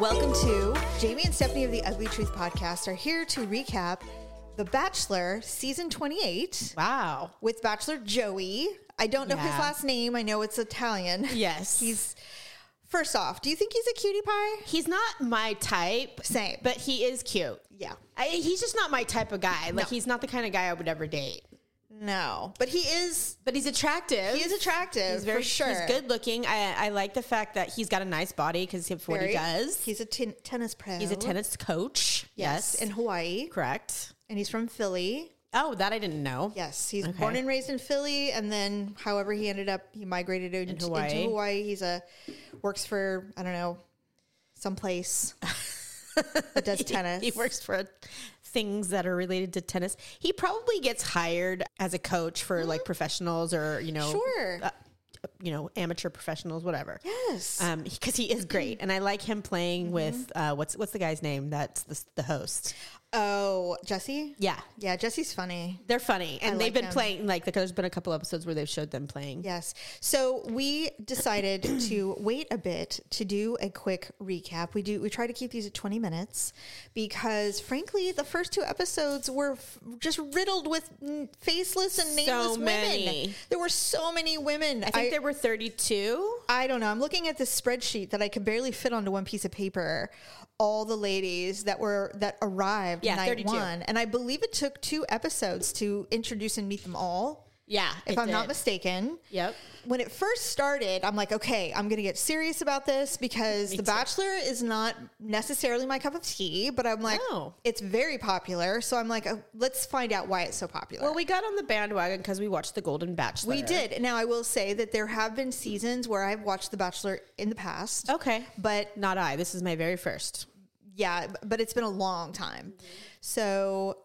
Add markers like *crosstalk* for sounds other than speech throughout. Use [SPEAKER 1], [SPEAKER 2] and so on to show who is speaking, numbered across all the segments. [SPEAKER 1] Welcome to Jamie and Stephanie of the Ugly Truth Podcast are here to recap The Bachelor season 28
[SPEAKER 2] Wow.
[SPEAKER 1] with Bachelor Joey. I don't know his
[SPEAKER 2] Yeah.
[SPEAKER 1] last name. I know it's Italian. *laughs*
[SPEAKER 2] Yes.
[SPEAKER 1] He's first off, do you think he's a cutie pie?
[SPEAKER 2] He's not my type.
[SPEAKER 1] Same.
[SPEAKER 2] But he is cute.
[SPEAKER 1] Yeah.
[SPEAKER 2] I, he's just not my type of guy. Like
[SPEAKER 1] No.
[SPEAKER 2] he's not the kind of guy I would ever date.
[SPEAKER 1] No. But he is
[SPEAKER 2] But he's attractive.
[SPEAKER 1] he is attractive
[SPEAKER 2] He's very
[SPEAKER 1] for sure.
[SPEAKER 2] He's good looking. I, I like the fact that he's got a nice body because of what
[SPEAKER 1] Very.
[SPEAKER 2] he does.
[SPEAKER 1] He's a ten- tennis pro.
[SPEAKER 2] He's a tennis coach.
[SPEAKER 1] Yes, in Hawaii.
[SPEAKER 2] correct.
[SPEAKER 1] And he's from Philly.
[SPEAKER 2] Oh, that I didn't know.
[SPEAKER 1] Yes, he's
[SPEAKER 2] Okay.
[SPEAKER 1] born and raised in Philly, and then however he ended up, he migrated into into Hawaii.
[SPEAKER 2] Hawaii.
[SPEAKER 1] He's a works for I don't know someplace that does tennis.
[SPEAKER 2] *laughs* He works for things that are related to tennis. He probably gets hired as a coach for like professionals or you know,
[SPEAKER 1] Sure.
[SPEAKER 2] uh, you know, amateur professionals, whatever.
[SPEAKER 1] Yes.
[SPEAKER 2] Um, because he is great, and I like him playing
[SPEAKER 1] Mm-hmm.
[SPEAKER 2] with uh, what's what's the guy's name? That's the the host.
[SPEAKER 1] oh, Jesse.
[SPEAKER 2] Yeah,
[SPEAKER 1] Yeah, Jesse's funny.
[SPEAKER 2] they're funny, and
[SPEAKER 1] I
[SPEAKER 2] they've
[SPEAKER 1] like
[SPEAKER 2] been
[SPEAKER 1] them.
[SPEAKER 2] playing like there's been a couple episodes where they've showed them playing.
[SPEAKER 1] Yes. So we decided to *clears throat* wait a bit to do a quick recap. We do we try to keep these at 20 minutes because frankly the first two episodes were f- just riddled with n- faceless and nameless women.
[SPEAKER 2] many.
[SPEAKER 1] There were so many women.
[SPEAKER 2] I think there were 32.
[SPEAKER 1] I don't know. I'm looking at this spreadsheet that I could barely fit onto one piece of paper. All the ladies that were that arrived
[SPEAKER 2] Yeah,
[SPEAKER 1] night
[SPEAKER 2] 32.
[SPEAKER 1] one, and I believe it took two episodes to introduce and meet them all,
[SPEAKER 2] Yeah,
[SPEAKER 1] if
[SPEAKER 2] it
[SPEAKER 1] I'm not
[SPEAKER 2] did.
[SPEAKER 1] mistaken.
[SPEAKER 2] Yep.
[SPEAKER 1] When it first started, I'm like, okay, I'm going to get serious about this because The Bachelor is not necessarily my cup of tea, but I'm like,
[SPEAKER 2] No.
[SPEAKER 1] it's very popular, so I'm like, oh, let's find out why it's so popular.
[SPEAKER 2] Well, we got on the bandwagon because we watched The Golden Bachelor.
[SPEAKER 1] We did. Now I will say that there have been seasons where I've watched The Bachelor in the past.
[SPEAKER 2] Okay.
[SPEAKER 1] But
[SPEAKER 2] Not I. This is my very first.
[SPEAKER 1] yeah, b- but it's been a long time. So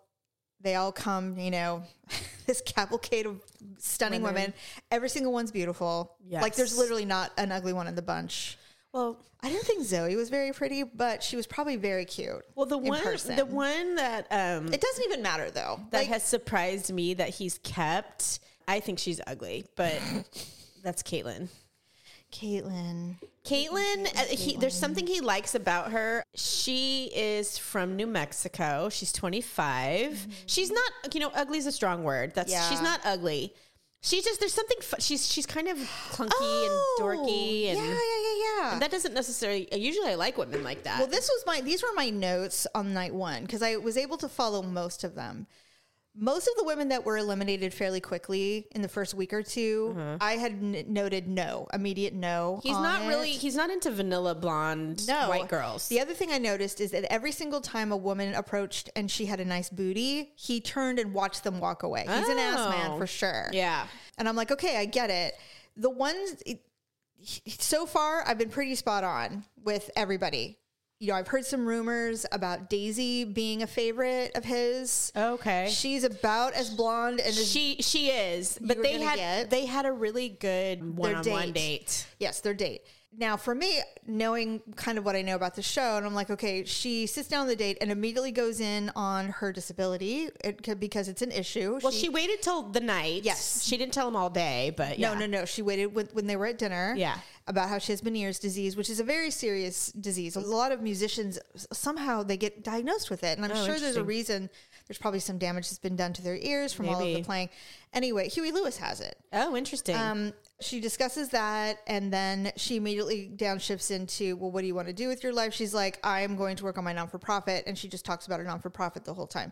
[SPEAKER 1] they all come, you know, *laughs* this cavalcade of stunning women.
[SPEAKER 2] Women.
[SPEAKER 1] Every single one's beautiful. Like there's
[SPEAKER 2] Yes.
[SPEAKER 1] literally not an ugly one in the bunch.
[SPEAKER 2] Well,
[SPEAKER 1] I didn't think Zoe was very pretty, but she was probably very cute.
[SPEAKER 2] well, the
[SPEAKER 1] in
[SPEAKER 2] one,
[SPEAKER 1] person.
[SPEAKER 2] the one that um
[SPEAKER 1] it doesn't even matter though.
[SPEAKER 2] that
[SPEAKER 1] like,
[SPEAKER 2] has surprised me that he's kept. I think she's ugly,
[SPEAKER 1] *laughs*
[SPEAKER 2] but that's Caitlyn.
[SPEAKER 1] Caitlyn.
[SPEAKER 2] Caitlyn, uh, he, there's something he likes about her. She is from New Mexico. She's 25. She's not, you know, ugly is a strong word. That's
[SPEAKER 1] Mm-hmm. Yeah.
[SPEAKER 2] she's not ugly. She's just there's something. Fu- she's she's kind of clunky and dorky, and
[SPEAKER 1] Oh, yeah, yeah, yeah, yeah.
[SPEAKER 2] that doesn't necessarily. uh, Usually, I like women like that.
[SPEAKER 1] Well, this was my these were my notes on night one because I was able to follow most of them. Most of the women that were eliminated fairly quickly in the first week or 2 I had n- noted no, immediate no.
[SPEAKER 2] Uh-huh. he's
[SPEAKER 1] on
[SPEAKER 2] not
[SPEAKER 1] it.
[SPEAKER 2] really. He's not into vanilla blonde
[SPEAKER 1] no
[SPEAKER 2] white girls.
[SPEAKER 1] The other thing I noticed is that every single time a woman approached and she had a nice booty, he turned and watched them walk away. He's an ass man
[SPEAKER 2] Oh.
[SPEAKER 1] for sure.
[SPEAKER 2] yeah.
[SPEAKER 1] And I'm like, okay, I get it. The ones it- so far, I've been pretty spot on with everybody. You know, I've heard some rumors about Daisy being a favorite of his.
[SPEAKER 2] Okay.
[SPEAKER 1] She's about as blonde and as
[SPEAKER 2] She she is, but
[SPEAKER 1] were
[SPEAKER 2] they
[SPEAKER 1] gonna
[SPEAKER 2] had
[SPEAKER 1] get-
[SPEAKER 2] they had a really good one on one
[SPEAKER 1] date.
[SPEAKER 2] date.
[SPEAKER 1] Yes, their date. Now, for me, knowing kind of what I know about the show, and I'm like, okay, she sits down on the date and immediately goes in on her disability it could, because it's an issue.
[SPEAKER 2] Well, she waited till the night.
[SPEAKER 1] Yes.
[SPEAKER 2] she didn't tell him all day, but
[SPEAKER 1] no,
[SPEAKER 2] yeah.
[SPEAKER 1] no, no. She waited when, when they were at dinner.
[SPEAKER 2] Yeah.
[SPEAKER 1] about how she has Meniere's disease, which is a very serious disease. A lot of musicians s- somehow they get diagnosed with it, and I'm sure there's a
[SPEAKER 2] Oh, interesting.
[SPEAKER 1] reason. There's probably some damage that's been done to their ears from all of the
[SPEAKER 2] Maybe.
[SPEAKER 1] playing. Anyway, Huey Lewis has it.
[SPEAKER 2] Oh, interesting.
[SPEAKER 1] Um, she discusses that, and then she immediately downshifts into, "Well, what do you want to do with your life?" She's like, "I am going to work on my non for profit," and she just talks about her non for profit the whole time.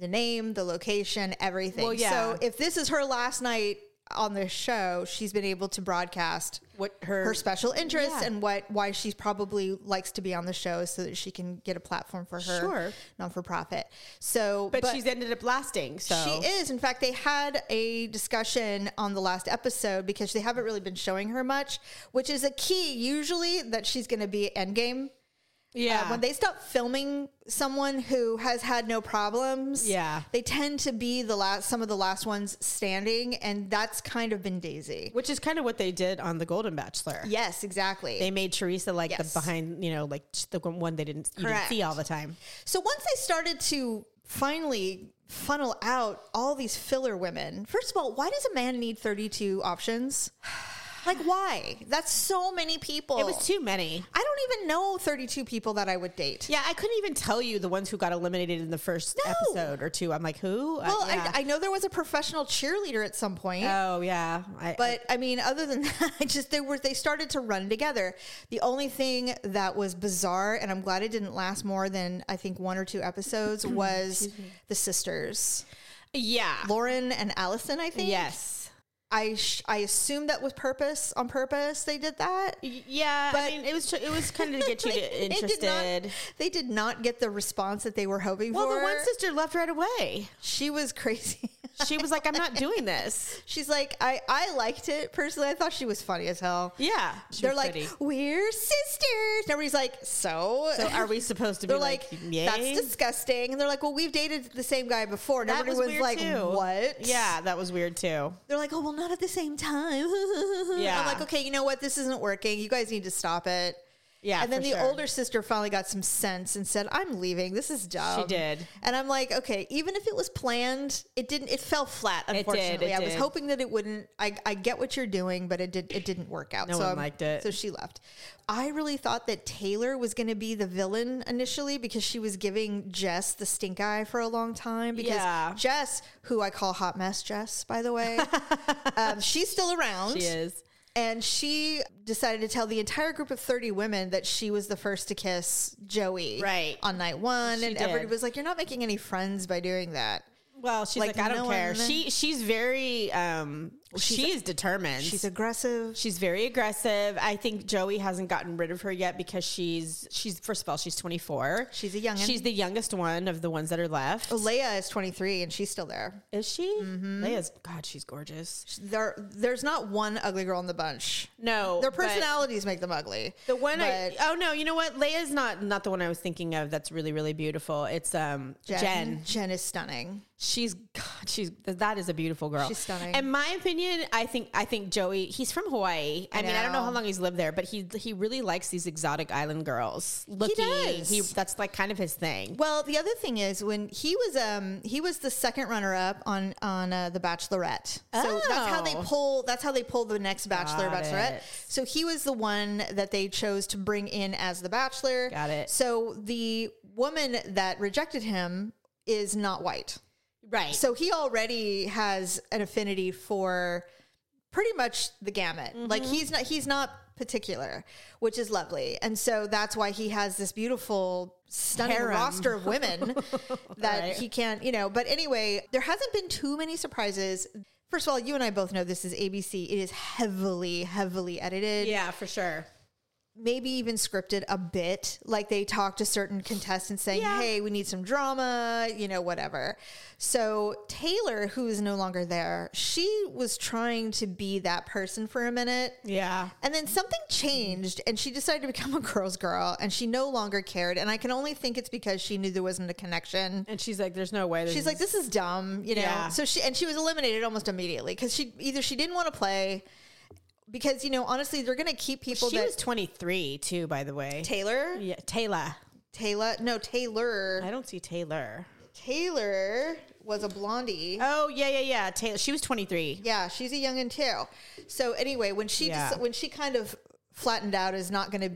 [SPEAKER 1] The name, the location, everything.
[SPEAKER 2] Well, yeah.
[SPEAKER 1] So if this is her last night on this show, she's been able to broadcast
[SPEAKER 2] what her,
[SPEAKER 1] her special interests
[SPEAKER 2] Yeah.
[SPEAKER 1] and what why she probably likes to be on the show so that she can get a platform for her
[SPEAKER 2] Sure.
[SPEAKER 1] non for profit. So,
[SPEAKER 2] but, she's ended up lasting. So
[SPEAKER 1] she is. In fact, they had a discussion on the last episode because they haven't really been showing her much, which is a key usually that she's going to be endgame.
[SPEAKER 2] Yeah.
[SPEAKER 1] Uh, when they stop filming someone who has had no problems,
[SPEAKER 2] Yeah.
[SPEAKER 1] they tend to be the last, some of the last ones standing, and that's kind of been Daisy.
[SPEAKER 2] Which is kind of what they did on The Golden Bachelor.
[SPEAKER 1] Yes, exactly.
[SPEAKER 2] They made Teresa like
[SPEAKER 1] Yes.
[SPEAKER 2] the behind, you know, like the one they didn't, you didn't
[SPEAKER 1] Correct.
[SPEAKER 2] see all the time.
[SPEAKER 1] So once they started to finally funnel out all these filler women, first of all, why does a man need 32 options? Like, why? That's so many people.
[SPEAKER 2] It was too many.
[SPEAKER 1] I don't even know 32 people that I would date.
[SPEAKER 2] Yeah, I couldn't even tell you the ones who got eliminated in the first
[SPEAKER 1] No.
[SPEAKER 2] episode or two. I'm like, who? Uh,
[SPEAKER 1] Well,
[SPEAKER 2] yeah.
[SPEAKER 1] I, I know there was a professional cheerleader at some point.
[SPEAKER 2] oh yeah, I,
[SPEAKER 1] But I mean, other than *laughs* that, I just they were they started to run together. The only thing that was bizarre, and I'm glad it didn't last more than I think one or two
[SPEAKER 2] *clears throat*
[SPEAKER 1] episodes, was the sisters,
[SPEAKER 2] yeah,
[SPEAKER 1] Lauren and Allison. I think
[SPEAKER 2] yes,
[SPEAKER 1] I sh- I assume that was purpose on purpose. They did that.
[SPEAKER 2] Y- yeah.
[SPEAKER 1] But-
[SPEAKER 2] I mean, it was tr- it was kind of
[SPEAKER 1] *laughs*
[SPEAKER 2] to get you to
[SPEAKER 1] They
[SPEAKER 2] interested.
[SPEAKER 1] did not- They did not get the response that they were hoping
[SPEAKER 2] well,
[SPEAKER 1] for.
[SPEAKER 2] the one sister left right away.
[SPEAKER 1] she was crazy. *laughs*
[SPEAKER 2] She was like, "I'm not doing this."
[SPEAKER 1] She's like, I I liked it personally. I thought she was funny as hell.
[SPEAKER 2] Yeah,
[SPEAKER 1] They're like, we're sisters. And everybody's like, *laughs* so.
[SPEAKER 2] "So are we supposed to be
[SPEAKER 1] they're
[SPEAKER 2] like,
[SPEAKER 1] like,
[SPEAKER 2] yay?
[SPEAKER 1] that's disgusting. And they're like, well, we've dated the same guy before. And
[SPEAKER 2] That
[SPEAKER 1] everybody
[SPEAKER 2] was
[SPEAKER 1] was
[SPEAKER 2] weird,
[SPEAKER 1] like,
[SPEAKER 2] too.
[SPEAKER 1] what?
[SPEAKER 2] Yeah, that was weird too.
[SPEAKER 1] They're like, oh, well, not at the same time. *laughs*
[SPEAKER 2] Yeah.
[SPEAKER 1] I'm like, okay, you know what? This isn't working. You guys need to stop it.
[SPEAKER 2] Yeah,
[SPEAKER 1] and then
[SPEAKER 2] for
[SPEAKER 1] the
[SPEAKER 2] sure.
[SPEAKER 1] older sister finally got some sense and said, I'm leaving. This is dumb.
[SPEAKER 2] did.
[SPEAKER 1] And I'm like, okay, even if it was planned, it didn't, it fell flat,
[SPEAKER 2] did,
[SPEAKER 1] unfortunately.
[SPEAKER 2] it
[SPEAKER 1] I was
[SPEAKER 2] did.
[SPEAKER 1] hoping that it wouldn't. I, I get what you're doing, but it, did, it didn't work out.
[SPEAKER 2] No one liked it.
[SPEAKER 1] So she left. I really thought that Taylor was going to be the villain initially because she was giving Jess the stink eye for a long time. Because
[SPEAKER 2] Yeah.
[SPEAKER 1] Jess, who I call Hot Mess Jess, by the
[SPEAKER 2] *laughs*
[SPEAKER 1] way, um, she's still around.
[SPEAKER 2] She is.
[SPEAKER 1] And she decided to tell the entire group of 30 women that she was the first to kiss Joey
[SPEAKER 2] Right.
[SPEAKER 1] on night one.
[SPEAKER 2] She
[SPEAKER 1] and
[SPEAKER 2] did.
[SPEAKER 1] everybody was like, You're not making any friends by doing that.
[SPEAKER 2] Well, she's
[SPEAKER 1] Like,
[SPEAKER 2] like, I don't
[SPEAKER 1] no
[SPEAKER 2] care.
[SPEAKER 1] one-
[SPEAKER 2] She she's very um she is determined.
[SPEAKER 1] She's aggressive.
[SPEAKER 2] She's very aggressive. I think Joey hasn't gotten rid of her yet because she's she's first of all she's 24.
[SPEAKER 1] She's a youngin'. Oh,
[SPEAKER 2] She's the youngest one of the ones that are left. Mm-hmm.
[SPEAKER 1] Leia is 23 and she's still there.
[SPEAKER 2] Is she? Leia's God, she's gorgeous.
[SPEAKER 1] There, There's not one ugly girl in the bunch.
[SPEAKER 2] No,
[SPEAKER 1] Their
[SPEAKER 2] but
[SPEAKER 1] personalities make them ugly.
[SPEAKER 2] The one I
[SPEAKER 1] but-
[SPEAKER 2] oh no, you know what? Leia's not not the one I was thinking of. That's really really beautiful. It's um Jen.
[SPEAKER 1] Jen. Jen is stunning.
[SPEAKER 2] She's God, she's that is a beautiful girl.
[SPEAKER 1] She's stunning.
[SPEAKER 2] In my opinion, I think I think Joey. He's from Hawaii. I, mean, I don't know
[SPEAKER 1] know.
[SPEAKER 2] how long he's lived there, but he he really likes these exotic island girls. Looking,
[SPEAKER 1] does.
[SPEAKER 2] that's like kind of his thing.
[SPEAKER 1] Well, the other thing is when he was um he was the second runner up on on uh, the Bachelorette. So that's how they
[SPEAKER 2] Oh.
[SPEAKER 1] pull that's how they pull the next Bachelor
[SPEAKER 2] Got
[SPEAKER 1] Bachelorette.
[SPEAKER 2] it.
[SPEAKER 1] So he was the one that they chose to bring in as the Bachelor.
[SPEAKER 2] Got it.
[SPEAKER 1] So the woman that rejected him is not white.
[SPEAKER 2] right. So
[SPEAKER 1] So he already has an affinity for pretty much the gamut.
[SPEAKER 2] Mm-hmm.
[SPEAKER 1] Like he's not he's not particular, which is lovely. And so that's why he has this beautiful stunning
[SPEAKER 2] Harem.
[SPEAKER 1] roster of
[SPEAKER 2] *laughs*
[SPEAKER 1] women that
[SPEAKER 2] Right.
[SPEAKER 1] he can't, you know, but anyway, there hasn't been too many surprises. First of all, you and I both know this is ABC. It is heavily heavily edited
[SPEAKER 2] yeah, for sure.
[SPEAKER 1] maybe even scripted a bit. Like they talk to certain contestants saying,
[SPEAKER 2] Yeah.
[SPEAKER 1] hey, we need some drama, you know, whatever. So Taylor, who is no longer there, she was trying to be that person for a minute.
[SPEAKER 2] Yeah.
[SPEAKER 1] And then something changed and she decided to become a girl's girl and she no longer cared. And I can only think it's because she knew there wasn't a connection.
[SPEAKER 2] And she's like, "There's no way."
[SPEAKER 1] She's like, this is dumb, you know.
[SPEAKER 2] Yeah.
[SPEAKER 1] So she and she was eliminated almost immediately because she either she didn't want to play because you know honestly they're gonna keep people
[SPEAKER 2] She
[SPEAKER 1] that
[SPEAKER 2] was 23 too, by the way.
[SPEAKER 1] Taylor
[SPEAKER 2] yeah, Taylor.
[SPEAKER 1] Taylor. No, Taylor.
[SPEAKER 2] I don't see Taylor.
[SPEAKER 1] Taylor was a blondie.
[SPEAKER 2] Oh yeah, yeah, yeah. Taylor. She was 23.
[SPEAKER 1] Yeah, she's a young and too. So anyway, when she
[SPEAKER 2] Yeah.
[SPEAKER 1] deci- when she kind of flattened out as not going to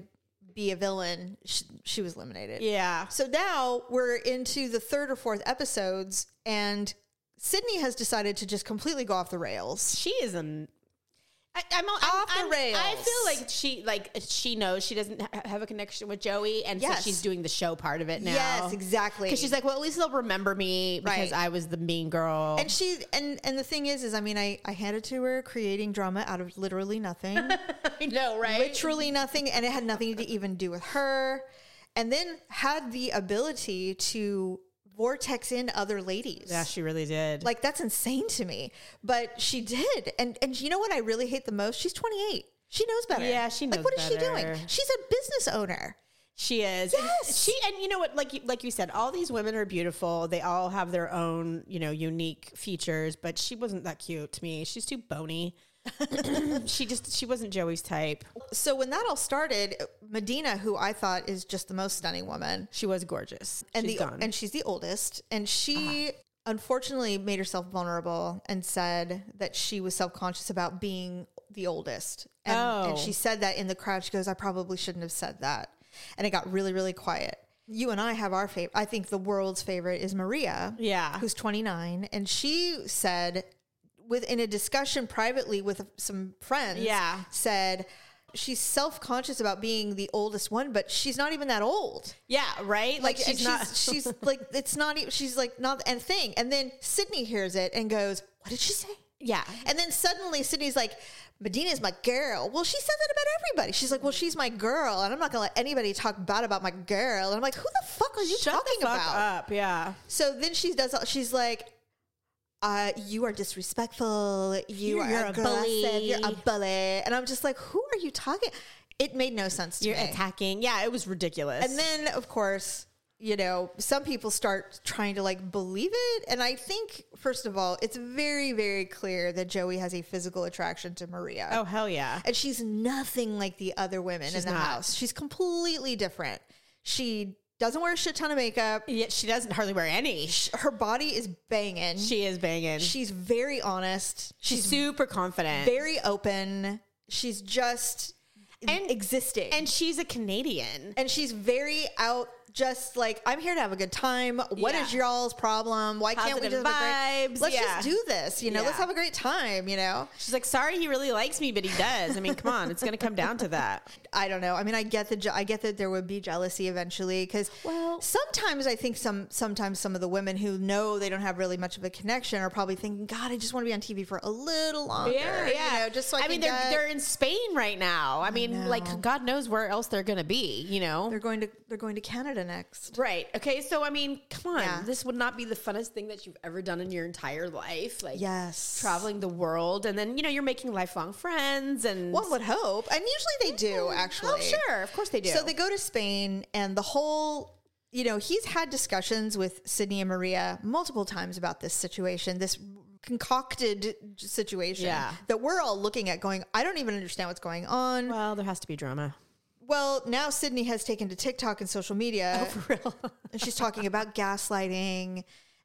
[SPEAKER 1] be a villain, she, she was eliminated.
[SPEAKER 2] Yeah.
[SPEAKER 1] So now we're into the third or fourth episodes, and Sydney has decided to just completely go off the rails.
[SPEAKER 2] she is an I, I'm, all- I'm
[SPEAKER 1] Off the
[SPEAKER 2] I'm- I
[SPEAKER 1] rails.
[SPEAKER 2] feel like she like she knows she doesn't ha- have a connection with Joey, and
[SPEAKER 1] Yes.
[SPEAKER 2] so she's doing the show part of it now.
[SPEAKER 1] Yes, exactly.
[SPEAKER 2] Because she's like, well, at least they'll remember me because
[SPEAKER 1] Right.
[SPEAKER 2] I was the mean girl.
[SPEAKER 1] And she and and the thing is, is I mean, I I handed to her creating drama out of literally
[SPEAKER 2] *laughs*
[SPEAKER 1] nothing.
[SPEAKER 2] I know, right?
[SPEAKER 1] literally nothing and it had nothing to even do with her and then had the ability to vortex in other ladies
[SPEAKER 2] yeah, she really did.
[SPEAKER 1] like that's insane to me but she did and and you know what i really hate the most she's 28 she knows better
[SPEAKER 2] Yeah, she
[SPEAKER 1] like
[SPEAKER 2] knows
[SPEAKER 1] what is she
[SPEAKER 2] better.
[SPEAKER 1] doing she's a business owner
[SPEAKER 2] She is. And
[SPEAKER 1] Yes.
[SPEAKER 2] She and you know what? Like you, like you said, all these women are beautiful. They all have their own you know unique features. But she wasn't that cute to me. She's too
[SPEAKER 1] *laughs*
[SPEAKER 2] bony. *clears throat* she just she wasn't Joey's type.
[SPEAKER 1] So when that all started, Medina, who I thought is just the most stunning woman,
[SPEAKER 2] She was gorgeous.
[SPEAKER 1] and
[SPEAKER 2] She's
[SPEAKER 1] the
[SPEAKER 2] gone. Uh-huh.
[SPEAKER 1] and she's the oldest, and she unfortunately made herself vulnerable and said that she was self conscious about being the oldest. And,
[SPEAKER 2] Oh.
[SPEAKER 1] and she said that in the crowd. She goes, "I probably shouldn't have said that," and it got really, really quiet. You and I have our favorite. I think the world's favorite is Maria.
[SPEAKER 2] yeah.
[SPEAKER 1] who's 29 and she said with in a discussion privately with some friends
[SPEAKER 2] Yeah.
[SPEAKER 1] said she's self-conscious about being the oldest one but she's not even that old
[SPEAKER 2] yeah. Right.
[SPEAKER 1] like,
[SPEAKER 2] Like, she's,
[SPEAKER 1] and she's,
[SPEAKER 2] not.
[SPEAKER 1] she's like it's not even she's like not and thing and then sydney hears it and goes what did she say
[SPEAKER 2] *laughs* yeah.
[SPEAKER 1] and then suddenly sydney's like medina's my girl well she said that about everybody she's like well she's my girl and i'm not gonna let anybody talk bad about my girl and i'm like who the fuck are you
[SPEAKER 2] Shut
[SPEAKER 1] talking
[SPEAKER 2] the fuck
[SPEAKER 1] about
[SPEAKER 2] up. Yeah.
[SPEAKER 1] so then she does. all- She's like, uh, "You are disrespectful. You
[SPEAKER 2] You're-
[SPEAKER 1] are
[SPEAKER 2] you're a
[SPEAKER 1] aggressive.
[SPEAKER 2] bully."
[SPEAKER 1] You're a bully." And I'm just like, "Who are you talking?" It made no sense to
[SPEAKER 2] You're
[SPEAKER 1] me.
[SPEAKER 2] attacking. Yeah. It was ridiculous.
[SPEAKER 1] and then, of course, you know, some people start trying to like believe it. And I think, first of all, it's very, very clear that Joey has a physical attraction to Maria.
[SPEAKER 2] oh hell yeah.
[SPEAKER 1] And she's nothing like the other women
[SPEAKER 2] She's
[SPEAKER 1] in the
[SPEAKER 2] not.
[SPEAKER 1] house. She's completely different. She doesn't wear a shit ton of makeup.
[SPEAKER 2] Yeah, she doesn't hardly wear any.
[SPEAKER 1] Her body is banging.
[SPEAKER 2] She is banging.
[SPEAKER 1] She's very honest. She's
[SPEAKER 2] She's super confident.
[SPEAKER 1] very open. She's just
[SPEAKER 2] And-
[SPEAKER 1] existing.
[SPEAKER 2] and she's a Canadian.
[SPEAKER 1] and she's very out just like I'm here to have a good time. What
[SPEAKER 2] Yeah.
[SPEAKER 1] is y'all's problem? Why can't we
[SPEAKER 2] Positive
[SPEAKER 1] just have a great
[SPEAKER 2] vibes,
[SPEAKER 1] Let's
[SPEAKER 2] yeah.
[SPEAKER 1] just do this, you know? Let's
[SPEAKER 2] Yeah.
[SPEAKER 1] have a great time, you know?
[SPEAKER 2] She's like, sorry, he really likes me, but he does. I mean, come on, it's going to come down to *laughs* that.
[SPEAKER 1] I don't know. I mean, I get the je- I get that there would be jealousy eventually because
[SPEAKER 2] Well-
[SPEAKER 1] sometimes I think some sometimes some of the women who know they don't have really much of a connection are probably thinking, God, I just want to be on TV for a little longer. You know, just so I,
[SPEAKER 2] I,
[SPEAKER 1] can
[SPEAKER 2] mean, they're
[SPEAKER 1] get-
[SPEAKER 2] they're in Spain right now. I mean,
[SPEAKER 1] know.
[SPEAKER 2] like, God knows where else they're going to be. You know.
[SPEAKER 1] they're going to they're going to Canada next.
[SPEAKER 2] Right. Okay. So, I mean, come on.
[SPEAKER 1] Yeah.
[SPEAKER 2] This would not be the funnest thing that you've ever done in your entire life. Like,
[SPEAKER 1] Yes.
[SPEAKER 2] traveling the world, and then you know you're making lifelong friends, and
[SPEAKER 1] One would hope. And usually they do, actually.
[SPEAKER 2] Oh, sure, of course they do.
[SPEAKER 1] So they go to Spain, and the whole, you know, he's had discussions with Sydney and Maria multiple times about this situation, this concocted situation
[SPEAKER 2] Yeah.
[SPEAKER 1] that we're all looking at going, I don't even understand what's going on. Well,
[SPEAKER 2] well, there has to be drama.
[SPEAKER 1] now Sydney has taken to TikTok and social media. *laughs* and she's talking about gaslighting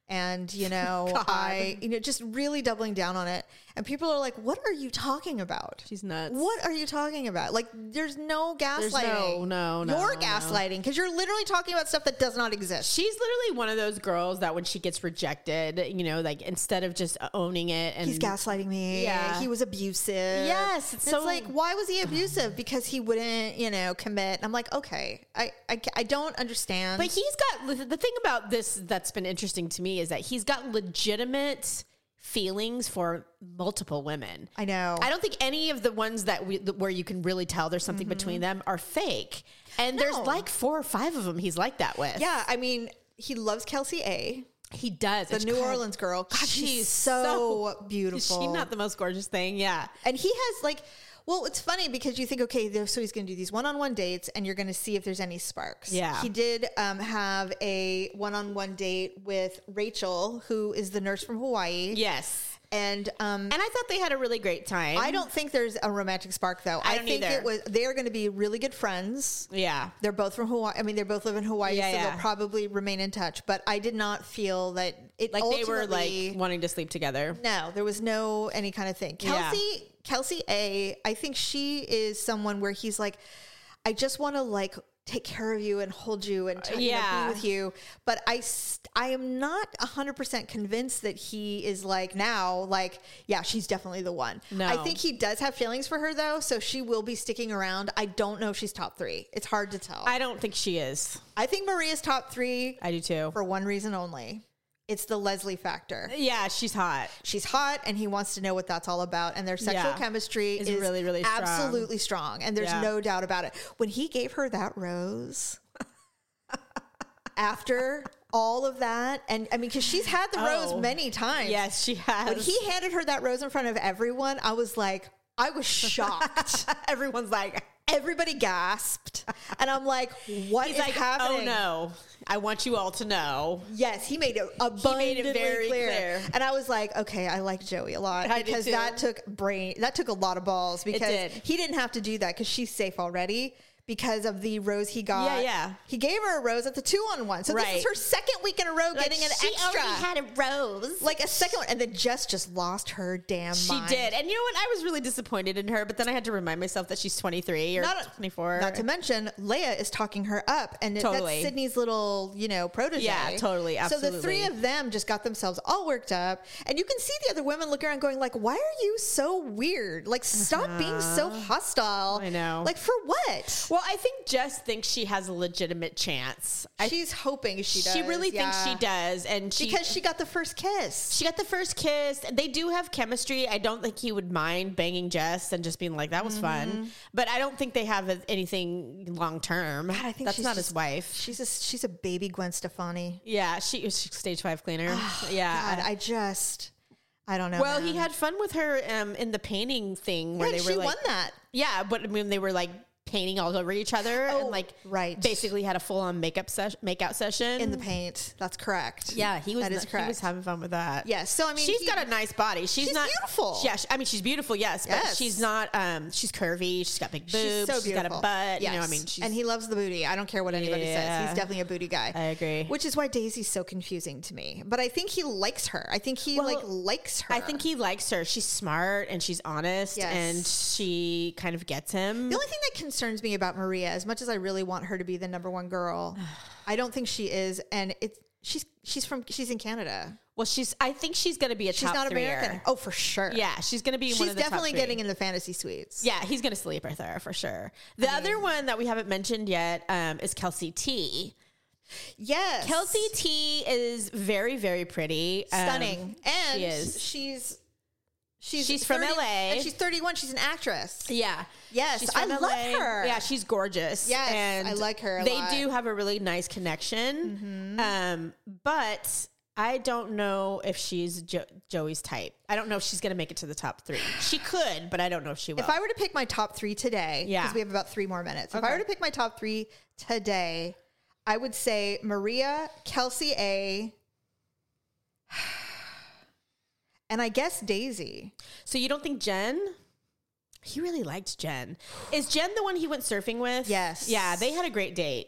[SPEAKER 1] and *laughs* you know
[SPEAKER 2] God.
[SPEAKER 1] i you know just really doubling down on it and people are like what are you talking about
[SPEAKER 2] She's nuts.
[SPEAKER 1] what are you talking about? Like, there's no gaslighting.
[SPEAKER 2] no, no,
[SPEAKER 1] You're
[SPEAKER 2] no.
[SPEAKER 1] gaslighting because you're literally talking about stuff that does not exist.
[SPEAKER 2] She's literally one of those girls that when she gets rejected, you know, like instead of just owning it and
[SPEAKER 1] He's gaslighting me.
[SPEAKER 2] Yeah.
[SPEAKER 1] He was abusive.
[SPEAKER 2] Yes,
[SPEAKER 1] It's,
[SPEAKER 2] it's so-
[SPEAKER 1] like, why was he abusive? Because he wouldn't, you know, commit. I'm like, okay, I, I, I don't understand.
[SPEAKER 2] But he's got the thing about this that's been interesting to me is that he's got legitimate feelings for multiple women.
[SPEAKER 1] I know.
[SPEAKER 2] I don't think any of the ones that we that- where you can really tell there's something between them are fake. And there's
[SPEAKER 1] Mm-hmm. No.
[SPEAKER 2] like four or five of them he's like that with.
[SPEAKER 1] yeah, I mean, he loves Kelsey A,
[SPEAKER 2] he does.
[SPEAKER 1] the New Orleans girl. God, she's, so,
[SPEAKER 2] *laughs* Is
[SPEAKER 1] beautiful.
[SPEAKER 2] she not the most gorgeous thing? Yeah.
[SPEAKER 1] And he has like, well, it's funny because you think, okay, there- so he's going to do these one-on-one dates, and you're going to see if there's any sparks.
[SPEAKER 2] Yeah.
[SPEAKER 1] he did um, have a one-on-one date with Rachel, who is the nurse from Hawaii.
[SPEAKER 2] Yes.
[SPEAKER 1] and um,
[SPEAKER 2] And I thought they had a really great time.
[SPEAKER 1] I don't think there's a romantic spark though. I,
[SPEAKER 2] don't
[SPEAKER 1] think
[SPEAKER 2] either.
[SPEAKER 1] it was they are going to be really good friends.
[SPEAKER 2] Yeah.
[SPEAKER 1] They're both from Hawaii. I mean, they both live in Hawaii,
[SPEAKER 2] Yeah,
[SPEAKER 1] so
[SPEAKER 2] yeah.
[SPEAKER 1] they'll probably remain in touch. But I did not feel that it
[SPEAKER 2] Like they were
[SPEAKER 1] ultimately-
[SPEAKER 2] like wanting to sleep together.
[SPEAKER 1] No, there was no any kind of thing.
[SPEAKER 2] Yeah.
[SPEAKER 1] Kelsey, Kelsey A, I think she is someone where he's like, I just want to like take care of you and hold you and t- yeah.
[SPEAKER 2] Yeah.
[SPEAKER 1] be with you. But I, st- I am not hundred percent convinced that he is like now, like, yeah, she's definitely the one.
[SPEAKER 2] No.
[SPEAKER 1] I think he does have feelings for her though. So she will be sticking around. I don't know if she's top three. It's hard to tell. I,
[SPEAKER 2] I don't think she is.
[SPEAKER 1] think Maria's top three
[SPEAKER 2] I do too.
[SPEAKER 1] for one reason only. It's the Leslie factor
[SPEAKER 2] Yeah, she's hot.
[SPEAKER 1] she's hot and he wants to know what that's all about and their sexual
[SPEAKER 2] Yeah.
[SPEAKER 1] chemistry
[SPEAKER 2] Is
[SPEAKER 1] is,
[SPEAKER 2] really, really strong.
[SPEAKER 1] absolutely strong and there's
[SPEAKER 2] Yeah.
[SPEAKER 1] no doubt about it when he gave her that rose *laughs* after all of that and i mean because she's had the
[SPEAKER 2] Oh.
[SPEAKER 1] rose many times
[SPEAKER 2] Yes, she has.
[SPEAKER 1] when he handed her that rose in front of everyone i was like i was shocked
[SPEAKER 2] *laughs* everyone's like,
[SPEAKER 1] Everybody gasped, and I'm like, "What is
[SPEAKER 2] He's like,
[SPEAKER 1] happening?"
[SPEAKER 2] oh no, I want you all to know.
[SPEAKER 1] Yes, he made it abundantly
[SPEAKER 2] very
[SPEAKER 1] clear.
[SPEAKER 2] clear.
[SPEAKER 1] and I was like, "Okay, I like Joey a lot
[SPEAKER 2] I did
[SPEAKER 1] because
[SPEAKER 2] too.
[SPEAKER 1] that took brain, that took a lot of balls because
[SPEAKER 2] did.
[SPEAKER 1] he didn't have to do that because she's safe already." Because of the rose he got,
[SPEAKER 2] Yeah, yeah.
[SPEAKER 1] he gave her a rose at the two on one. So this
[SPEAKER 2] Right.
[SPEAKER 1] is her second week in a row getting an extra,
[SPEAKER 2] a rose.
[SPEAKER 1] like a second one. And then Jess just lost her damn
[SPEAKER 2] She
[SPEAKER 1] mind.
[SPEAKER 2] did, and you know what? I was really disappointed in her, but then I had to remind myself that she's 23 or
[SPEAKER 1] Not-
[SPEAKER 2] 24.
[SPEAKER 1] Not to mention, Leia is talking her up, and it-
[SPEAKER 2] Totally.
[SPEAKER 1] that's Sydney's little, you know, protege.
[SPEAKER 2] Yeah, totally,
[SPEAKER 1] So the three
[SPEAKER 2] absolutely.
[SPEAKER 1] of them just got themselves all worked up, and you can see the other women looking around, going like, "Why are you so weird? Like, stop being so hostile.
[SPEAKER 2] Uh-huh. I know.
[SPEAKER 1] Like, for what?
[SPEAKER 2] well, I think Jess thinks she has a legitimate chance. I,
[SPEAKER 1] She's hoping she does.
[SPEAKER 2] she really thinks
[SPEAKER 1] yeah.
[SPEAKER 2] she does, and she
[SPEAKER 1] because she got the first kiss.
[SPEAKER 2] she got the first kiss. They do have chemistry. I don't think he would mind banging Jess and just being like, "That was fun," but I don't think they have anything long term.
[SPEAKER 1] God, I think
[SPEAKER 2] that's
[SPEAKER 1] she's
[SPEAKER 2] not
[SPEAKER 1] just-
[SPEAKER 2] his wife.
[SPEAKER 1] She's a she's a baby Gwen Stefani.
[SPEAKER 2] Yeah, she was stage five cleaner. yeah.
[SPEAKER 1] God, I just, I don't know.
[SPEAKER 2] well,
[SPEAKER 1] man.
[SPEAKER 2] he had fun with her um, in the painting thing where
[SPEAKER 1] And
[SPEAKER 2] they
[SPEAKER 1] she
[SPEAKER 2] were like,
[SPEAKER 1] won that.
[SPEAKER 2] yeah, but I mean, they were like painting all over each other
[SPEAKER 1] Oh,
[SPEAKER 2] and like
[SPEAKER 1] right.
[SPEAKER 2] basically had a full on makeup session, makeout session
[SPEAKER 1] in the paint. That's correct.
[SPEAKER 2] Yeah, he was
[SPEAKER 1] That is
[SPEAKER 2] he was
[SPEAKER 1] correct.
[SPEAKER 2] having fun with that.
[SPEAKER 1] Yes. So I mean,
[SPEAKER 2] she's
[SPEAKER 1] he-
[SPEAKER 2] got a nice body. She's,
[SPEAKER 1] She's
[SPEAKER 2] not
[SPEAKER 1] beautiful.
[SPEAKER 2] Yeah, she- I mean she's beautiful. Yes, but
[SPEAKER 1] Yes.
[SPEAKER 2] she's not. Um, she's curvy. She's got big boobs.
[SPEAKER 1] She's so beautiful.
[SPEAKER 2] She's got a butt. You know, I
[SPEAKER 1] Yes.
[SPEAKER 2] mean, she's
[SPEAKER 1] and he loves the booty. I don't care what anybody says.
[SPEAKER 2] Yeah.
[SPEAKER 1] He's definitely a booty guy.
[SPEAKER 2] I agree.
[SPEAKER 1] Which is why Daisy's so confusing to me. But I think he likes her. I think he
[SPEAKER 2] Well,
[SPEAKER 1] like likes her.
[SPEAKER 2] I think he likes her. She's smart and she's honest
[SPEAKER 1] Yes.
[SPEAKER 2] and she kind of gets him.
[SPEAKER 1] the only thing that concerns me about Maria, as much as I really want her to be the number one
[SPEAKER 2] *sighs*
[SPEAKER 1] girl, I don't think she is. And it's she's she's from she's in Canada.
[SPEAKER 2] Well, she's. I think she's going to be a
[SPEAKER 1] She's
[SPEAKER 2] top
[SPEAKER 1] not
[SPEAKER 2] three.
[SPEAKER 1] American. Oh, for sure.
[SPEAKER 2] Yeah, she's going to be. one
[SPEAKER 1] She's
[SPEAKER 2] of the top
[SPEAKER 1] definitely
[SPEAKER 2] three.
[SPEAKER 1] getting in the fantasy suites.
[SPEAKER 2] Yeah, he's going to sleep with her for sure. The other one that we haven't mentioned yet um, is Kelsey T.
[SPEAKER 1] Yes.
[SPEAKER 2] Kelsey T is very, very pretty, Um,
[SPEAKER 1] stunning, and
[SPEAKER 2] she is.
[SPEAKER 1] she's she's
[SPEAKER 2] She's from
[SPEAKER 1] 30
[SPEAKER 2] LA.
[SPEAKER 1] and she's 31. She's an actress.
[SPEAKER 2] Yeah.
[SPEAKER 1] Yes,
[SPEAKER 2] She's
[SPEAKER 1] I
[SPEAKER 2] from
[SPEAKER 1] love
[SPEAKER 2] LA.
[SPEAKER 1] her.
[SPEAKER 2] Yeah, she's gorgeous.
[SPEAKER 1] Yes, I like her a
[SPEAKER 2] they
[SPEAKER 1] lot. Mm-hmm.
[SPEAKER 2] do have a really nice connection. Um, but I don't know if she's jo- Joey's type. I don't know if she's going to make it to the top three. She could, but I don't know if she will.
[SPEAKER 1] If I were to pick my top three today,
[SPEAKER 2] Yeah.
[SPEAKER 1] because we have about three more minutes. If I were to pick my top three today, I would say Maria, Kelsey A, *sighs* and I guess Daisy.
[SPEAKER 2] so you don't think Jen? He really liked Jen. Is Jen the one he went surfing with?
[SPEAKER 1] Yes.
[SPEAKER 2] Yeah, they had a great date.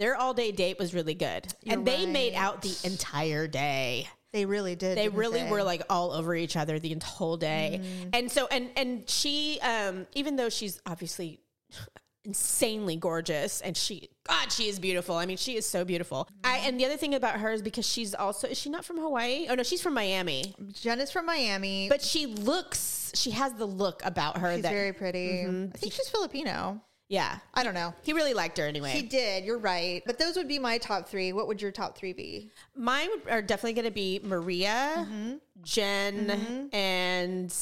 [SPEAKER 2] Their all day date was really good.
[SPEAKER 1] You're
[SPEAKER 2] and they made
[SPEAKER 1] right.
[SPEAKER 2] out the entire day.
[SPEAKER 1] They really did.
[SPEAKER 2] they
[SPEAKER 1] didn't
[SPEAKER 2] really were like all over each other the whole day
[SPEAKER 1] Mm-hmm.
[SPEAKER 2] and so and and she um even though she's obviously *laughs* insanely gorgeous and she god she is beautiful i mean she is so beautiful i
[SPEAKER 1] Mm-hmm.
[SPEAKER 2] and the other thing about her is because she's also is she not from hawaii oh no she's from miami
[SPEAKER 1] Jen is from Miami, but
[SPEAKER 2] but she looks she has the look about her
[SPEAKER 1] she's
[SPEAKER 2] that Mm-hmm.
[SPEAKER 1] very pretty. I think she's Filipino.
[SPEAKER 2] yeah
[SPEAKER 1] I don't know.
[SPEAKER 2] he really liked her anyway
[SPEAKER 1] He did. You're right. But those would be my top three. What would your top three be?
[SPEAKER 2] mine would- are definitely going to be Maria, Jen, and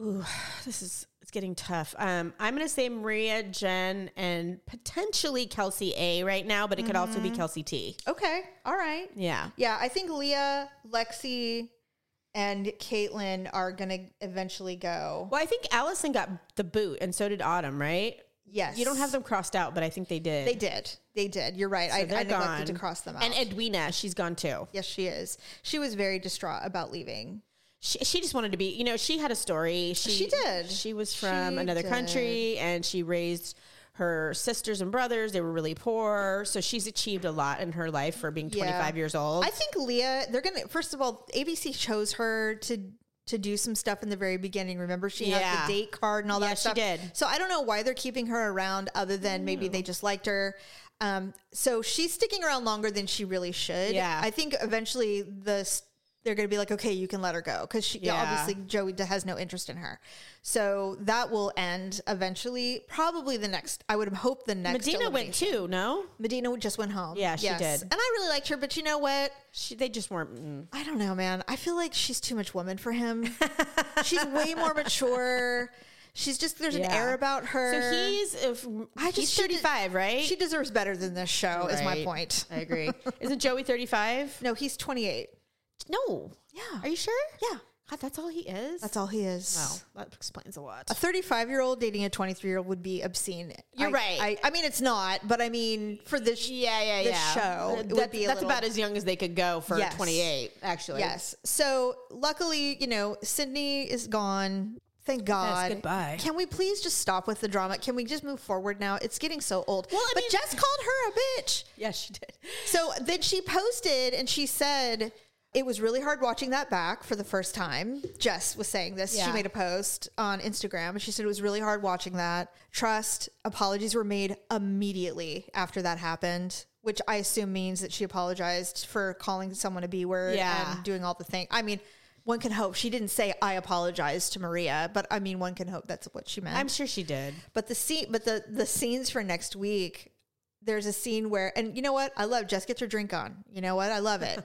[SPEAKER 2] ooh, *sighs* this is it's getting tough. Um, I'm going to say Maria, Jen, and potentially Kelsey A right now, but it could also be Kelsey T.
[SPEAKER 1] Okay. All right.
[SPEAKER 2] Yeah.
[SPEAKER 1] Yeah, I think Leah, Lexi, and Caitlin are gonna eventually go.
[SPEAKER 2] Well, I think Allison got the boot, and so did Autumn, right?
[SPEAKER 1] Yes,
[SPEAKER 2] You don't have them crossed out, but I think they did.
[SPEAKER 1] They did. They did. You're right. I, I
[SPEAKER 2] they're
[SPEAKER 1] neglected to
[SPEAKER 2] gone.
[SPEAKER 1] cross them out.
[SPEAKER 2] And Edwina, she's gone too.
[SPEAKER 1] yes, she is. She was very distraught about leaving.
[SPEAKER 2] She, she just wanted to be, you know, she had a story. She,
[SPEAKER 1] She did.
[SPEAKER 2] She was from
[SPEAKER 1] She
[SPEAKER 2] another
[SPEAKER 1] did.
[SPEAKER 2] country and she raised her sisters and brothers. They were really poor. So she's achieved a lot in her life for being
[SPEAKER 1] Yeah.
[SPEAKER 2] 25 years old.
[SPEAKER 1] I think Leah. They're gonna. First of all, ABC chose her to to do some stuff in the very beginning. Remember, she
[SPEAKER 2] Yeah.
[SPEAKER 1] had the date card and all
[SPEAKER 2] Yeah,
[SPEAKER 1] that
[SPEAKER 2] she
[SPEAKER 1] stuff.
[SPEAKER 2] did.
[SPEAKER 1] So I don't know why they're keeping her around, other than maybe they just liked her. Um, so she's sticking around longer than she really should.
[SPEAKER 2] Yeah.
[SPEAKER 1] I think eventually the s- they're going to be like, okay, you can let her go because she
[SPEAKER 2] Yeah.
[SPEAKER 1] obviously Joey d- has no interest in her. So that will end eventually. Probably the next. I would hope the next.
[SPEAKER 2] Medina
[SPEAKER 1] elimination-
[SPEAKER 2] went too, no?
[SPEAKER 1] Medina just went home.
[SPEAKER 2] Yeah, she did.
[SPEAKER 1] And I really liked her, but you know what?
[SPEAKER 2] She, they just weren't. mm.
[SPEAKER 1] I don't know, man. I feel like she's too much woman for
[SPEAKER 2] *laughs*
[SPEAKER 1] him. she's way more mature. She's just there's an
[SPEAKER 2] Yeah.
[SPEAKER 1] air about her.
[SPEAKER 2] So he's, if,
[SPEAKER 1] I just
[SPEAKER 2] he's
[SPEAKER 1] she did-
[SPEAKER 2] 35, right?
[SPEAKER 1] She deserves better than this show. Is my
[SPEAKER 2] Right.
[SPEAKER 1] point.
[SPEAKER 2] I agree. Isn't Joey 35?
[SPEAKER 1] No, he's 28.
[SPEAKER 2] No.
[SPEAKER 1] Yeah.
[SPEAKER 2] Are you sure?
[SPEAKER 1] Yeah.
[SPEAKER 2] God, that's all he is.
[SPEAKER 1] That's all he is.
[SPEAKER 2] Wow, that explains a lot.
[SPEAKER 1] A 35 year old dating a 23 year old would be obscene.
[SPEAKER 2] You're
[SPEAKER 1] I-
[SPEAKER 2] right.
[SPEAKER 1] I, I mean, it's not, but I mean, for this. sh-
[SPEAKER 2] yeah, yeah,
[SPEAKER 1] the
[SPEAKER 2] yeah.
[SPEAKER 1] show, it
[SPEAKER 2] That's,
[SPEAKER 1] would be a
[SPEAKER 2] that's
[SPEAKER 1] little-
[SPEAKER 2] about as young as they could go for
[SPEAKER 1] Yes.
[SPEAKER 2] 28, actually.
[SPEAKER 1] Yes. So luckily, you know, Sydney is gone. Thank God.
[SPEAKER 2] goodbye.
[SPEAKER 1] Can we please just stop with the drama? Can we just move forward now? It's getting so old.
[SPEAKER 2] Well, I
[SPEAKER 1] but
[SPEAKER 2] mean-
[SPEAKER 1] Jess called her a bitch.
[SPEAKER 2] *laughs* Yeah, she did.
[SPEAKER 1] So then she posted and she said, it was really hard watching that back for the first time. Jess was saying this. She
[SPEAKER 2] Yeah.
[SPEAKER 1] made a post on Instagram and she said it was really hard watching that. Trust, apologies were made immediately after that happened, which I assume means that she apologized for calling someone a B word
[SPEAKER 2] Yeah.
[SPEAKER 1] and doing all the thing. I mean, one can hope she didn't say I apologize to Maria, but I mean, one can hope that's what she meant.
[SPEAKER 2] I'm sure she did.
[SPEAKER 1] But the scene, but the the scenes for next week, there's a scene where, and you know what? I love Jess gets her drink on. You know what? I love
[SPEAKER 2] *laughs*
[SPEAKER 1] it.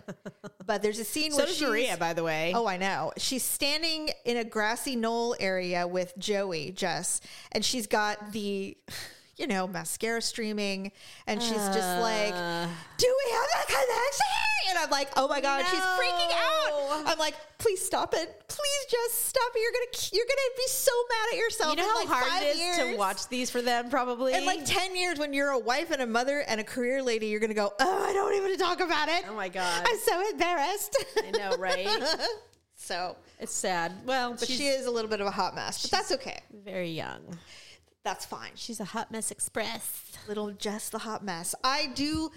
[SPEAKER 1] but there's a scene
[SPEAKER 2] So
[SPEAKER 1] where
[SPEAKER 2] does
[SPEAKER 1] she's-
[SPEAKER 2] Maria, by the way.
[SPEAKER 1] Oh, I know. She's standing in a grassy knoll area with Joey, Jess, and she's got the, *laughs* you know, mascara streaming, and she's just like,
[SPEAKER 2] Uh.
[SPEAKER 1] "Do we have a connection?" And I'm like, "Oh my god, she's freaking out!"
[SPEAKER 2] No.
[SPEAKER 1] I'm like, "Please stop it! Please just stop it! You're gonna you're gonna be so mad at yourself."
[SPEAKER 2] you know
[SPEAKER 1] in,
[SPEAKER 2] how
[SPEAKER 1] like,
[SPEAKER 2] hard
[SPEAKER 1] five
[SPEAKER 2] it is to
[SPEAKER 1] years.
[SPEAKER 2] watch these for them, probably?
[SPEAKER 1] In like 10 years, when you're a wife and a mother and a career lady, you're going to go, oh, I don't even talk about it.
[SPEAKER 2] Oh my God.
[SPEAKER 1] I'm so embarrassed.
[SPEAKER 2] *laughs* I know, right?
[SPEAKER 1] *laughs* so,
[SPEAKER 2] it's sad. Well,
[SPEAKER 1] but
[SPEAKER 2] she's
[SPEAKER 1] she is a little bit of a hot mess, but that's okay.
[SPEAKER 2] very young.
[SPEAKER 1] That's fine.
[SPEAKER 2] She's a hot mess express.
[SPEAKER 1] Little Jess the hot mess. I do,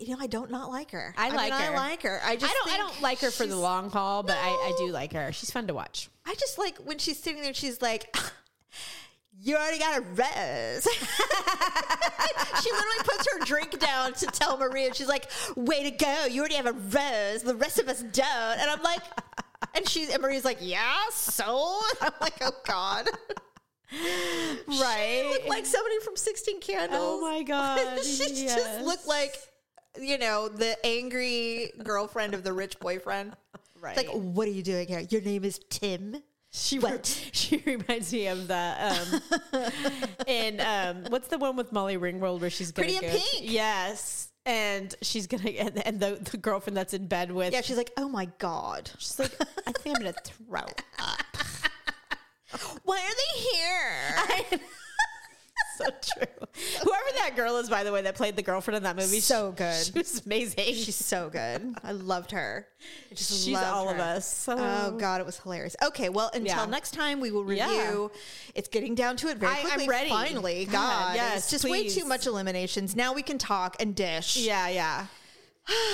[SPEAKER 1] you know, I don't not like her.
[SPEAKER 2] I like
[SPEAKER 1] mean,
[SPEAKER 2] her.
[SPEAKER 1] I like her. I just
[SPEAKER 2] I don't. I
[SPEAKER 1] think
[SPEAKER 2] don't like her for the
[SPEAKER 1] she's-
[SPEAKER 2] long haul, but I, I
[SPEAKER 1] No.
[SPEAKER 2] do like her. She's fun to watch.
[SPEAKER 1] I just like when she's sitting there, she's like, *laughs* You already got a rose. *laughs* she literally puts her drink down to tell Maria, she's like, Way to go. You already have a rose. The rest of us don't. And I'm like, And she and Maria's like, Yeah, so? *laughs* And I'm like, Oh God. She looked like somebody from 16 Candles.
[SPEAKER 2] Oh *laughs* my God,
[SPEAKER 1] *laughs* she just
[SPEAKER 2] yes.
[SPEAKER 1] looked like, you know, the angry girlfriend of the rich boyfriend.
[SPEAKER 2] right.
[SPEAKER 1] It's like, what are you doing here? Your name is Tim.
[SPEAKER 2] She what? *laughs* she reminds me of the um in um what's the one with Molly Ringwald where she's gonna
[SPEAKER 1] Pretty in
[SPEAKER 2] go-
[SPEAKER 1] Pink.
[SPEAKER 2] Yes. And she's gonna and, and the, the girlfriend that's in bed
[SPEAKER 1] *laughs*
[SPEAKER 2] with
[SPEAKER 1] Yeah, she's like, oh my God.
[SPEAKER 2] she's like, I think I'm gonna throw up.
[SPEAKER 1] Why are they here?
[SPEAKER 2] *laughs* So true. Whoever that girl is, by the way, that played the girlfriend in that movie.
[SPEAKER 1] So
[SPEAKER 2] she-
[SPEAKER 1] good.
[SPEAKER 2] She was amazing.
[SPEAKER 1] She's so good. I loved her. I just
[SPEAKER 2] She's
[SPEAKER 1] loved
[SPEAKER 2] all of
[SPEAKER 1] her.
[SPEAKER 2] us. So
[SPEAKER 1] Oh God, it was hilarious. Okay, well, until
[SPEAKER 2] Yeah.
[SPEAKER 1] next time, we will
[SPEAKER 2] Yeah.
[SPEAKER 1] review. It's getting down to it very
[SPEAKER 2] I- I'm
[SPEAKER 1] quickly.
[SPEAKER 2] ready.
[SPEAKER 1] Finally, God,
[SPEAKER 2] God,
[SPEAKER 1] it's
[SPEAKER 2] yes,
[SPEAKER 1] just
[SPEAKER 2] please.
[SPEAKER 1] way too much eliminations. Now we can talk and dish.
[SPEAKER 2] Yeah, yeah.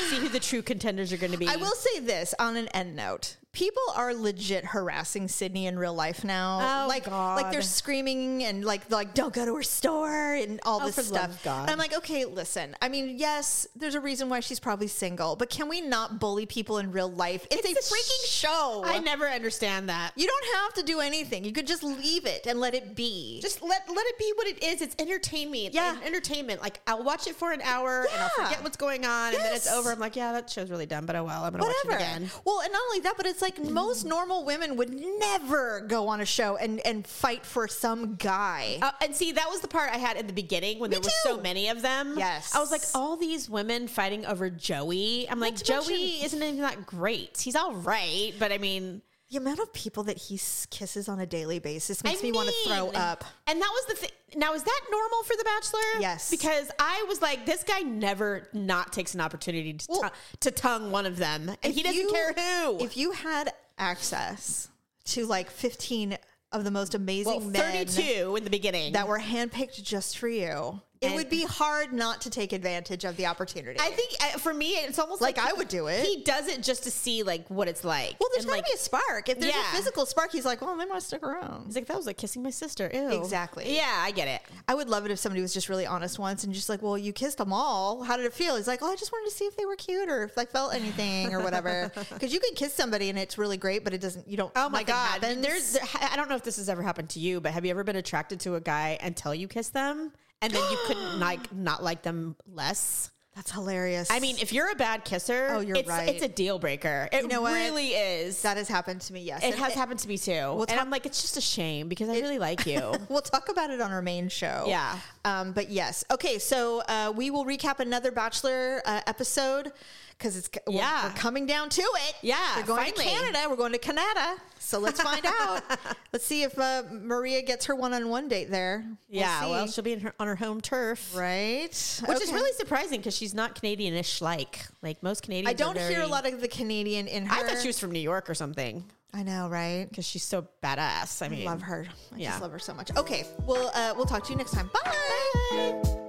[SPEAKER 2] See who the true contenders are gonna be.
[SPEAKER 1] I will say this on an end note. People are legit harassing Sydney in real life now.
[SPEAKER 2] Oh,
[SPEAKER 1] like like they're
[SPEAKER 2] God.
[SPEAKER 1] screaming and like they're like don't go to her store and all this
[SPEAKER 2] Oh, for the
[SPEAKER 1] stuff.
[SPEAKER 2] love of God.
[SPEAKER 1] And I'm like, okay, listen. I mean, yes, there's a reason why she's probably single, but can we not bully people in real life? It's,
[SPEAKER 2] It's
[SPEAKER 1] a
[SPEAKER 2] a
[SPEAKER 1] freaking show.
[SPEAKER 2] I never understand that.
[SPEAKER 1] you don't have to do anything. You could just leave it and let it be.
[SPEAKER 2] Just let let it be what it is. It's entertainment.
[SPEAKER 1] Yeah.
[SPEAKER 2] Yeah, entertainment. Like I'll watch it for an hour and I'll
[SPEAKER 1] Yeah.
[SPEAKER 2] forget what's going on, and then it's
[SPEAKER 1] Yes.
[SPEAKER 2] over. I'm like, yeah, that show's really dumb, but oh well, I'm gonna watch
[SPEAKER 1] Whatever.
[SPEAKER 2] it again.
[SPEAKER 1] Well, and not only that, but it's like most normal women would never go on a show and, and fight for some guy.
[SPEAKER 2] Uh, and see, that was the part I had in the beginning when there were so
[SPEAKER 1] too.
[SPEAKER 2] many of them.
[SPEAKER 1] Yes.
[SPEAKER 2] I was like, all these women fighting over Joey. I'm like,
[SPEAKER 1] to
[SPEAKER 2] Joey
[SPEAKER 1] mention-
[SPEAKER 2] isn't even that great. He's all right, but I mean,
[SPEAKER 1] The amount of people that he s- kisses on a daily basis
[SPEAKER 2] I
[SPEAKER 1] makes me want to throw
[SPEAKER 2] mean,
[SPEAKER 1] up.
[SPEAKER 2] And that was the thing. Now, is that normal for The Bachelor?
[SPEAKER 1] Yes.
[SPEAKER 2] Because I was like, this guy never not takes an opportunity to,
[SPEAKER 1] Well,
[SPEAKER 2] tongue- to tongue one of them. And he
[SPEAKER 1] If
[SPEAKER 2] doesn't
[SPEAKER 1] you-
[SPEAKER 2] care who.
[SPEAKER 1] If you had access to like 15 of the most amazing
[SPEAKER 2] well,
[SPEAKER 1] men
[SPEAKER 2] 32 in the beginning.
[SPEAKER 1] that were handpicked just for you, it
[SPEAKER 2] And-
[SPEAKER 1] would be hard not to take advantage of the opportunity.
[SPEAKER 2] I think uh, for me, it's almost
[SPEAKER 1] like,
[SPEAKER 2] like,
[SPEAKER 1] I would do it.
[SPEAKER 2] he does it just to see like what it's like.
[SPEAKER 1] well, there's
[SPEAKER 2] And,
[SPEAKER 1] got to
[SPEAKER 2] like,
[SPEAKER 1] be a spark. If there's
[SPEAKER 2] Yeah.
[SPEAKER 1] a physical spark, he's like, well, they must stick around.
[SPEAKER 2] He's like, that was like kissing my sister. Ew.
[SPEAKER 1] Exactly.
[SPEAKER 2] Yeah, I get it.
[SPEAKER 1] I would love it if somebody was just really honest once and just like, well, you kissed them all. How did it feel? He's like, oh, I just wanted to see if they were cute or if I felt anything or
[SPEAKER 2] *laughs*
[SPEAKER 1] whatever. Because you can kiss somebody and it's really great, but it doesn't. You don't.
[SPEAKER 2] Oh my
[SPEAKER 1] nothing
[SPEAKER 2] god!
[SPEAKER 1] happens.
[SPEAKER 2] There's, there, I don't know if this has ever happened to you, but have you ever
[SPEAKER 1] *gasps*
[SPEAKER 2] been attracted to a guy until you kiss them, and then you couldn't like not like them less?
[SPEAKER 1] That's hilarious.
[SPEAKER 2] I mean, if you're a bad kisser,
[SPEAKER 1] Oh, you're
[SPEAKER 2] it's,
[SPEAKER 1] right.
[SPEAKER 2] it's a deal breaker. It
[SPEAKER 1] know what?
[SPEAKER 2] really is.
[SPEAKER 1] that has happened to me. Yes,
[SPEAKER 2] it
[SPEAKER 1] And-
[SPEAKER 2] has happened to me too.
[SPEAKER 1] talk-
[SPEAKER 2] and I'm like, it's just a shame because I really like you.
[SPEAKER 1] *laughs* We'll talk about it on our main show.
[SPEAKER 2] Yeah.
[SPEAKER 1] Um, but yes. Okay. So uh, we will recap another Bachelor uh, episode because it's we're,
[SPEAKER 2] Yeah.
[SPEAKER 1] we're coming down to it.
[SPEAKER 2] Yeah,
[SPEAKER 1] We're going
[SPEAKER 2] finally.
[SPEAKER 1] to Canada. We're going to Canada. So let's find out.
[SPEAKER 2] *laughs*
[SPEAKER 1] Let's see if uh, Maria gets her one-on-one date there. We'll
[SPEAKER 2] yeah,
[SPEAKER 1] see.
[SPEAKER 2] well, she'll be in her, on her home turf,
[SPEAKER 1] right.
[SPEAKER 2] which is really surprising because she's not Canadianish like like most Canadians.
[SPEAKER 1] I
[SPEAKER 2] are
[SPEAKER 1] don't hear
[SPEAKER 2] very-
[SPEAKER 1] a lot of the Canadian in
[SPEAKER 2] I
[SPEAKER 1] her.
[SPEAKER 2] thought she was from New York or something
[SPEAKER 1] I know, right?
[SPEAKER 2] because she's so badass. I mean,
[SPEAKER 1] Love her. I
[SPEAKER 2] Yeah.
[SPEAKER 1] just love her so much. Okay, we'll uh, we'll talk to you next time. Bye.